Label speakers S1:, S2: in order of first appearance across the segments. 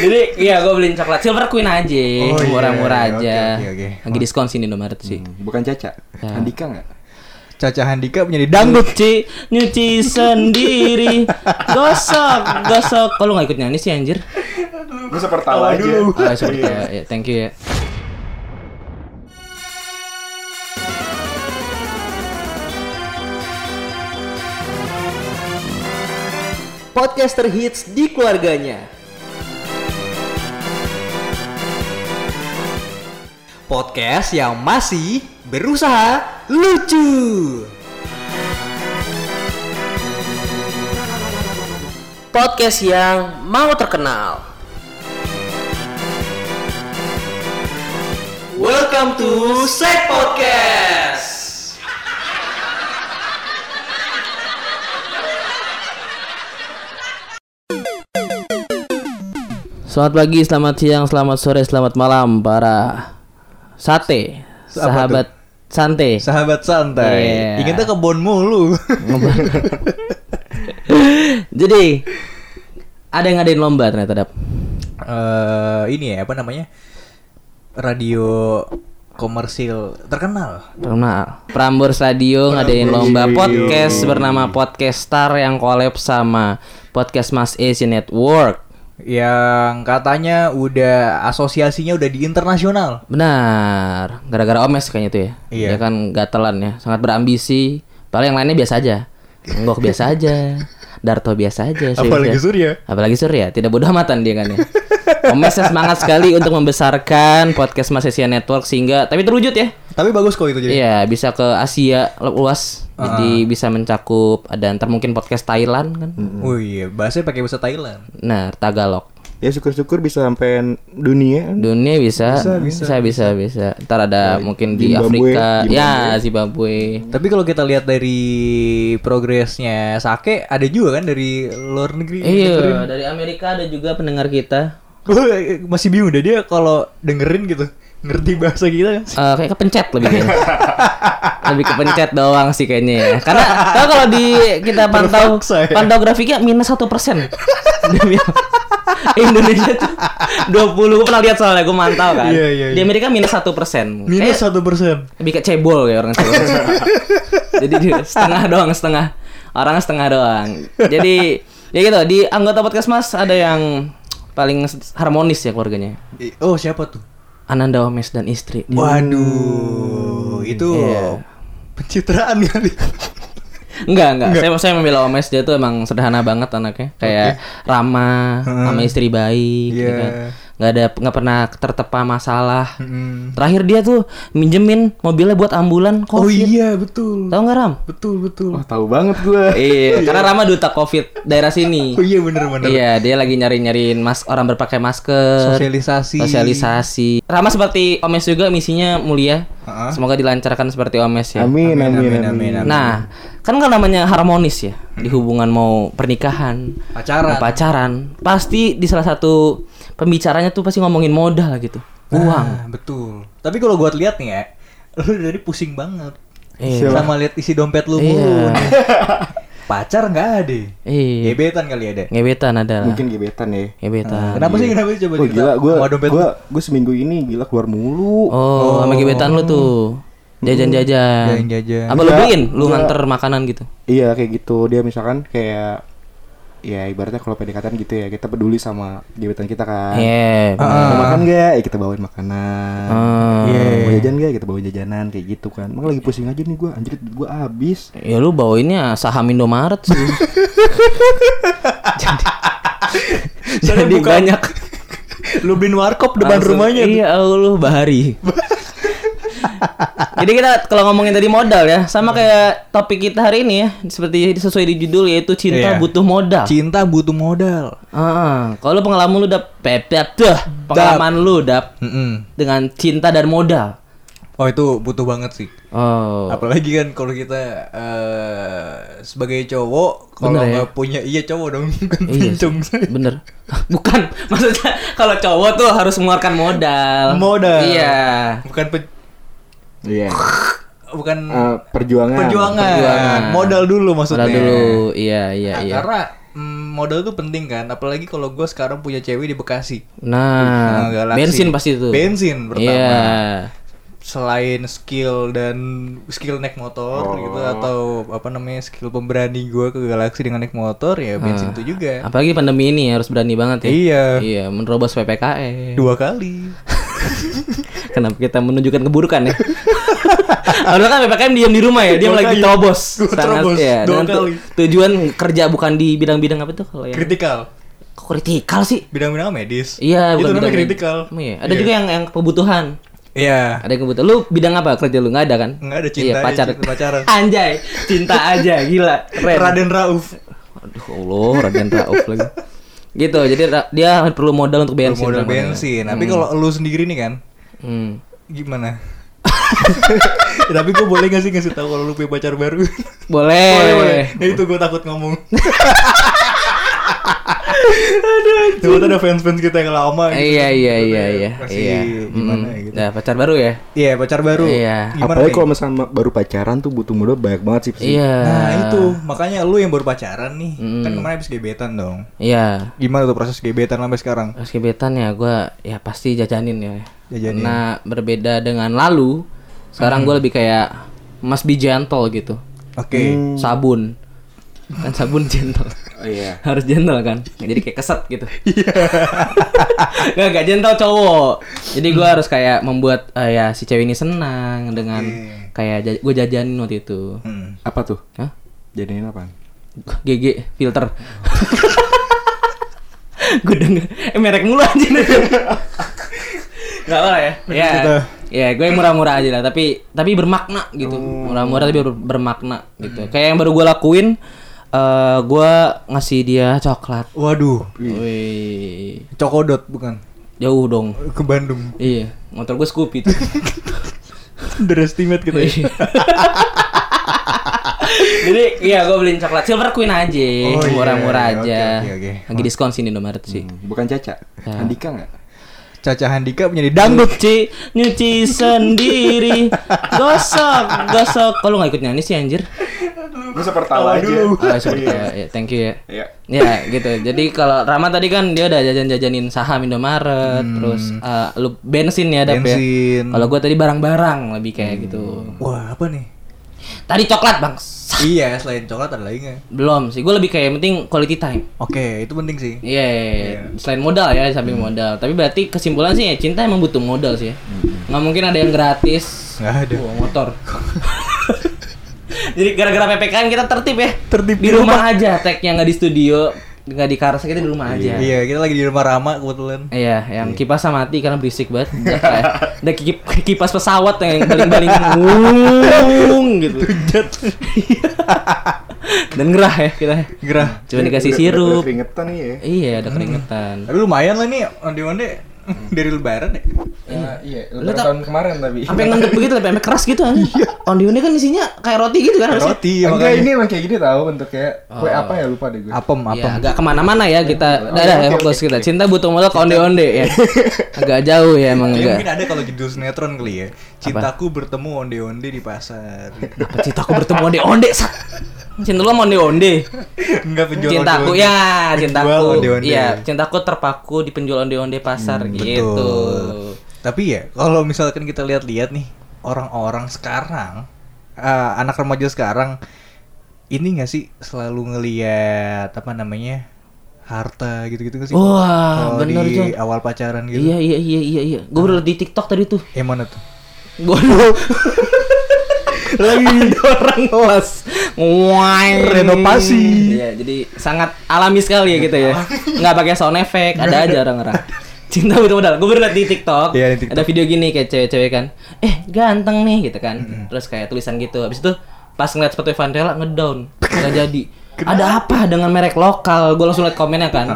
S1: Jadi iya gue beliin coklat Silver Queen aja,
S2: Oh, iya.
S1: murah-murah
S2: Oke,
S1: aja.
S2: oke, oke. Hmm,
S1: Lagi diskon sih di Indomaret sih. Ya.
S3: Bukan Caca. Andika nggak?
S2: Caca Handika penyanyi dangdut
S1: Nyuci, nyuci sendiri, gosok, gosok. Kalau nggak ikut nyanyi sih anjir.
S3: Gue sepertawa aja.
S1: Oh, sorry ya, ya, thank you ya.
S4: podcast terhits di keluarganya. Podcast yang masih berusaha lucu.
S5: podcast yang mau terkenal.
S4: Welcome to Sek Podcast.
S1: Selamat pagi, selamat siang, selamat sore, selamat malam para sate, sahabat santai.
S2: Sahabat santai
S1: Iya.
S2: Ingatnya kebon mulu
S1: Jadi ada yang ngadain lomba ternyata dap.
S2: Eh, Ini ya apa namanya Radio komersil terkenal
S1: Terkenal. Prambors Radio ngadain lomba podcast bernama Podcast Star yang collab sama Podcast Mas Asia Network.
S2: Yang katanya udah asosiasinya udah di internasional
S1: Benar, gara-gara Omes kayaknya tuh ya.
S2: Iya.
S1: Dia kan gatelan ya, sangat berambisi. Padahal yang lainnya biasa aja. Enggok biasa aja. Darto biasa aja. Swift ya.
S2: Apalagi Surya.
S1: Apalagi Surya, tidak bodoh amatan dia kan ya. Omes semangat sekali untuk membesarkan podcast Mas Asia Network sehingga tapi terwujud ya.
S2: Tapi bagus kok itu jadi
S1: Iya, Ah. bisa ke Asia luas. Jadi bisa mencakup ada ntar mungkin podcast Thailand kan.
S2: Oh iya bahasanya pakai bahasa Thailand
S1: Nah, Tagalog.
S3: Ya syukur-syukur bisa sampai dunia.
S1: Dunia bisa bisa bisa bisa, Ntar ada mungkin di
S3: Zimbabwe,
S1: Afrika,
S3: Zimbabwe.
S1: ya Zimbabwe.
S2: Tapi kalau kita lihat dari progresnya Sake Ada juga kan dari luar negeri
S1: Iya, dari Amerika ada juga pendengar kita.
S2: Gue masih bingung deh dia kalau dengerin gitu Ngerti bahasa kita kan
S1: Eh kayak kepencet lebih kayaknya. lebih kepencet doang sih kayaknya ya. Karena karena kalau di kita pantau
S2: Terpaksa ya.
S1: pantau grafiknya minus satu persen. Indonesia tuh 20 Gue pernah lihat soalnya gue mantau kan
S2: Iya, iya,
S1: Di
S2: iya.
S1: Amerika minus satu persen
S2: Minus satu persen
S1: Lebih kayak cebol ya orang cebol Jadi dia setengah doang setengah Orang setengah doang Jadi ya gitu di anggota podcast mas ada yang paling harmonis ya keluarganya
S2: Oh siapa tuh?
S1: Ananda Omes dan istri.
S2: Waduh, itu
S1: Iya.
S2: pencitraan kali.
S1: Enggak, enggak. Saya saya membela Omes dia tuh emang sederhana banget anaknya. Kayak ramah, sama istri baik gitu
S2: Iya. Hmm.
S1: kan. Nggak ada nggak pernah tertepa masalah. Terakhir dia tuh minjemin mobilnya buat ambulan
S2: Oh
S1: COVID.
S2: iya, betul.
S1: Tahu nggak Ram?
S2: Betul, betul.
S3: Wah tahu banget gue.
S1: Iya, karena Rama duta COVID daerah sini.
S2: Oh iya bener bener.
S1: Iya, dia lagi nyari-nyariin mas orang berpakai masker.
S2: Sosialisasi.
S1: Sosialisasi. Rama seperti Omes juga misinya mulia.
S2: Heeh.
S1: Semoga dilancarkan seperti Omes ya.
S3: Amin amin amin.
S1: Nah, kan kalau namanya harmonis ya di hubungan mau pernikahan,
S2: Pacaran.
S1: mau pacaran, pasti di salah satu pembicaranya tuh pasti ngomongin modal gitu, uang.
S2: Ah, betul. Tapi kalau gua lihat nih ya, lu dari pusing banget.
S1: Iya.
S2: Sama lihat isi dompet lu
S1: Iya.
S2: mulu. nih. Pacar nggak ada.
S1: Eh,
S2: Gebetan kali ada.
S1: gebetan adalah.
S3: Mungkin gebetan ya.
S1: Gebetan.
S2: Kenapa sih kenapa sih Iya, coba
S3: Gue
S2: cerita?
S3: gila gue
S2: Sama dompet
S3: gue
S2: lu.
S3: gue seminggu ini gila keluar mulu.
S1: Oh, sama gebetan lu tuh. Jajan-jajan.
S2: Jajan-jajan.
S1: Apa lu
S3: Enggak,
S1: beliin? Lu
S3: enggak.
S1: nganter makanan gitu.
S3: Iya kayak gitu dia misalkan kayak ya ibaratnya kalau pendekatan gitu ya kita peduli sama gebetan kita kan.
S1: Iya. bener.
S3: Mau makan gak? Ya kita bawain makanan.
S1: Ah.
S3: Mau jajan gak? Kita bawain jajanan kayak gitu kan. Emang lagi pusing aja nih gue. Anjir gue abis.
S1: Ya lu bawainnya saham Indomaret sih. jadi jadi
S2: bukan-
S1: banyak
S2: Lu beliin warkop depan
S1: Langsung,
S2: rumahnya. tuh.
S1: Iya, Allah bahari. Jadi kita kalau ngomongin tadi modal ya, sama
S2: Hmm.
S1: kayak topik kita hari ini ya, seperti sesuai di judul yaitu cinta
S2: Iya.
S1: butuh modal.
S2: Cinta butuh modal.
S1: Ah, kalau pengalaman lu dap pepet tuh, pengalaman lu dap
S2: Mm-mm.
S1: dengan cinta dan modal.
S2: Oh itu butuh banget sih.
S1: Oh.
S2: Apalagi kan kalau kita eh, sebagai cowok kalau
S1: Bener ya?
S2: nggak punya iya cowok dong bukan
S1: Iya sih,
S2: pincung.
S1: bener bukan maksudnya kalau cowok tuh harus mengeluarkan modal
S2: Modal.
S1: iya
S2: bukan pe-
S3: Iya.
S2: bukan
S3: Eh, perjuangan.
S2: perjuangan.
S1: Perjuangan.
S2: modal Nah, dulu maksudnya.
S1: modal dulu iya iya
S2: Nah,
S1: iya
S2: Karena mm, modal tuh penting kan apalagi kalau gue sekarang punya cewek di Bekasi
S1: Nah,
S2: Nah, Galaxy.
S1: bensin pasti itu.
S2: Bensin pertama.
S1: Iya.
S2: selain skill dan skill naik motor gitu atau apa namanya skill pemberani gue ke Galaxy dengan naik motor
S1: Ah.
S2: ya bensin itu juga
S1: Apalagi pandemi ini harus berani banget ya.
S2: Iya.
S1: Iya, menerobos PPKM.
S2: dua kali
S1: Kenapa kita menunjukkan keburukan ya? Awalnya kan PPKM diam di rumah ya, diam lagi terobos. iya,
S2: Gua terobos dua
S1: dengan tu-
S2: kali.
S1: tujuan kerja bukan di bidang-bidang apa tuh kalau yang
S2: kritikal
S1: Kok kritikal sih?
S2: bidang-bidang medis
S1: Iya, bukan
S2: itu namanya
S1: bidang-
S2: kritikal
S1: Oh, iya. Ada juga yang yang kebutuhan.
S2: iya
S1: Ada yang kebutuhan. Lu bidang apa kerja lu? Nggak ada kan?
S2: Nggak ada, cinta
S1: Iya,
S2: aja,
S1: pacar.
S2: cinta pacaran.
S1: Anjay, cinta aja, gila. Keren.
S2: Raden Rauf
S1: Aduh, ya Allah, Raden Rauf lagi. Gitu, jadi ra- dia perlu modal untuk bensin. Hmm.
S2: modal
S1: namanya.
S2: bensin tapi kalau lu sendiri nih kan
S1: Hmm.
S2: gimana Ya, tapi gue boleh gak sih ngasih tahu kalau lu punya pacar baru
S1: Boleh.
S2: boleh boleh nah, itu gue takut ngomong Aduh, ada fans-fans kita yang lama gitu.
S1: Iya iya iya iya.
S2: Masih
S1: Iya.
S2: gimana
S1: Mm.
S2: gitu.
S1: Nah, pacar baru ya?
S2: Iya, pacar baru.
S1: Iya.
S2: Gimana
S3: Apalagi
S2: nih?
S3: kalau misalnya baru pacaran tuh butuh modal banyak banget sih. pasti.
S1: Iya.
S2: Nah, itu makanya lu yang baru pacaran nih. Kan kemarin habis gebetan dong.
S1: Iya.
S2: Gimana tuh proses gebetan sampai sekarang?
S1: Pas gebetan ya gue ya pasti jajanin ya.
S2: Jajanin. Hmm.
S1: Karena berbeda dengan lalu, sekarang gue lebih kayak must be gentle gitu.
S2: Oke.
S1: Sabun. Kan sabun gentle.
S3: Oh, iya.
S1: Harus gentle kan. Jadi kayak keset gitu. Gak, gak gentle cowok. Jadi gue harus kayak membuat eh, ya si cewek ini senang dengan
S3: Iya,
S1: kayak gue jajanin waktu itu.
S2: Hmm.
S3: Apa tuh?
S1: Hah?
S3: Jadinya apa?
S1: GG filter. gue denger eh merek mulu anjing. Gak apa ya. Ya. Ya, gue yang murah-murah aja lah, tapi tapi bermakna gitu.
S2: Oh.
S1: Murah-murah tapi ber- bermakna
S2: Hmm.
S1: gitu. Kayak yang baru gue lakuin eh gue ngasih dia coklat.
S2: Waduh,
S1: Wih.
S2: Cokodot bukan
S1: Jauh dong.
S2: ke Bandung.
S1: Iya, motor gue Scoopy tuh.
S2: Underestimate kita ya.
S1: Jadi iya gue beliin coklat Silver Queen aja,
S2: Oh, iya.
S1: murah-murah
S2: Oke,
S1: aja.
S2: oke, oke.
S1: Lagi diskon sini Indomaret sih.
S3: Bukan Caca.
S1: Ya.
S3: Andika nggak?
S2: Caca Handika menjadi dangdut.
S1: nyuci nyuci sendiri gosok gosok kalau nggak ikut nyanyi sih anjir
S3: Lu sepertawa aja.
S1: Ah, seperti ya, ya, thank you ya
S3: Iya.
S1: ya gitu jadi kalau Rama tadi kan dia udah jajan jajanin saham Indomaret terus eh, lu bensin ya dap ya
S2: Bensin.
S1: kalau gua tadi barang-barang lebih kayak gitu
S2: Wah, apa nih?
S1: tadi coklat bang
S2: Iya, selain coklat ada lagi nggak?
S1: belum sih gua lebih kayak yang penting quality time
S2: Oke, itu penting sih.
S1: Iya, iya, iya. selain modal ya, samping modal. Tapi berarti kesimpulan sih ya, cinta emang butuh modal sih ya. Nggak mungkin ada yang gratis.
S2: Nggak ada.
S1: Iya. Wah, motor. Jadi gara-gara PPKN kita tertib ya.
S2: Tertib
S1: di
S2: di
S1: rumah, aja, tagnya nggak di studio, nggak di karsa kita di rumah aja.
S2: Iya, kita lagi di rumah Rama kebetulan.
S1: Iya, yang kipas sama mati karena berisik banget. Ada kip- kipas pesawat yang baling-baling ngung gitu. Dan gerah ya kita.
S2: Gerah.
S1: Cuma dikasih sirup.
S3: Keringetan nih ya.
S1: Iya, ada keringetan.
S2: Tapi lumayan lah nih onde-onde dari lebaran ya.
S3: Iya,
S1: Lu tau-
S3: tahun kemarin tapi.
S1: sampai ngendep begitu sampai sampai keras gitu anjing. Ondi undi kan isinya kayak roti gitu kan harusnya.
S2: Roti ya,
S3: Enggak,
S2: makanya.
S3: ini emang kayak gini tahu bentuknya. Kue
S1: Oh.
S3: apa ya lupa deh gue.
S2: Apem, apem.
S1: Ya, agak kemana-mana ya kita. Udah, udah, fokus kita. Cinta butuh modal ke onde-onde ya. Agak jauh ya emang
S2: Kayaknya mungkin
S1: enggak.
S2: ada kalau judul sinetron kali ya. Cintaku bertemu onde-onde di pasar.
S1: Apa cintaku bertemu onde-onde? Sat? Cinta lu sama onde-onde.
S2: Enggak penjual
S1: Cintaku
S2: onde-onde.
S1: ya,
S2: Penjual
S1: cintaku.
S2: onde-onde. Hmm,
S1: Iya, cintaku terpaku di penjual onde-onde pasar gitu.
S2: Betul. Tapi ya, kalau misalkan kita lihat-lihat nih orang-orang sekarang, eh, anak remaja sekarang ini nggak sih selalu ngelihat apa namanya harta gitu-gitu nggak sih?
S1: Wah,
S2: Kalau
S1: bener,
S2: di
S1: Jong.
S2: awal pacaran gitu.
S1: Iya, iya, iya, iya, iya. Gue
S2: Nah.
S1: baru di TikTok tadi tuh.
S2: Eh mana tuh?
S1: Gue lagi ada orang ngelas Wine.
S2: Renovasi.
S1: Iya, jadi sangat alami sekali ya gitu ya. Nggak pakai sound effect, ada aja orang-orang. Cinta butuh modal. Gue liat di TikTok,
S2: Iya, di TikTok.
S1: ada video gini kayak cewek-cewek kan, eh ganteng nih gitu kan. Terus kayak tulisan gitu. Habis itu pas ngeliat sepatu Vandella ngedown, nggak jadi. Ada apa dengan merek lokal? Gue langsung liat komennya kan.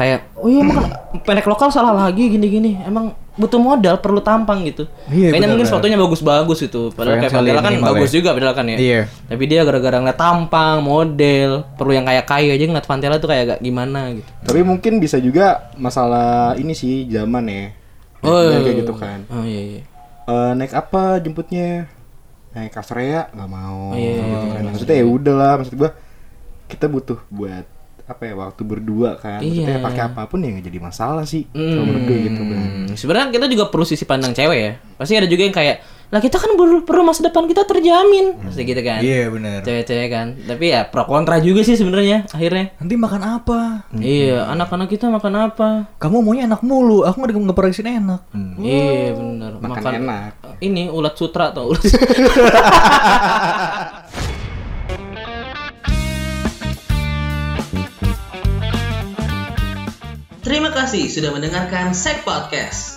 S1: Kayak, oh iya emang merek lokal salah lagi gini-gini. Emang butuh modal, perlu tampang gitu.
S2: Iya,
S1: Kayaknya mungkin
S2: benar-benar.
S1: sepatunya bagus-bagus itu. Padahal kayak
S2: Fansnya
S1: Vandella kan
S2: minimal
S1: bagus
S2: ya.
S1: juga Vandella kan ya.
S2: Iya.
S1: Tapi dia gara-gara ngeliat tampang, model, perlu yang kayak kaya aja ngeliat Vandella tuh kayak agak gimana gitu.
S3: Tapi mungkin bisa juga masalah ini sih zaman ya. Yang kayak gitu kan.
S1: Oh iya iya.
S3: Eh, naik apa jemputnya?
S1: Oh,
S3: Naik
S1: iya,
S3: Astrea nggak mau. gitu kan. Maksudnya ya udahlah maksud gua kita butuh buat apa ya waktu berdua kan maksudnya
S1: Iya.
S3: pakai apapun ya nggak jadi masalah sih kalau
S1: Hmm,
S3: menurut gue gitu Bang.
S1: Sebenarnya kan kita juga perlu sisi pandang cewek ya. Pasti ada juga yang kayak, lah kita kan perlu, perlu masa depan kita terjamin, pasti gitu kan.
S2: Iya bener.
S1: Cewek-cewek kan. Tapi ya pro kontra juga sih sebenarnya akhirnya.
S2: Nanti makan apa?
S1: Iya, anak-anak kita makan apa?
S2: Kamu maunya enak mulu. Aku nggak nggak pernah kesini enak.
S1: Iya bener.
S3: Makan enak.
S1: Ini ulat sutra atau ulat?
S5: Terima kasih sudah mendengarkan Sek Podcast.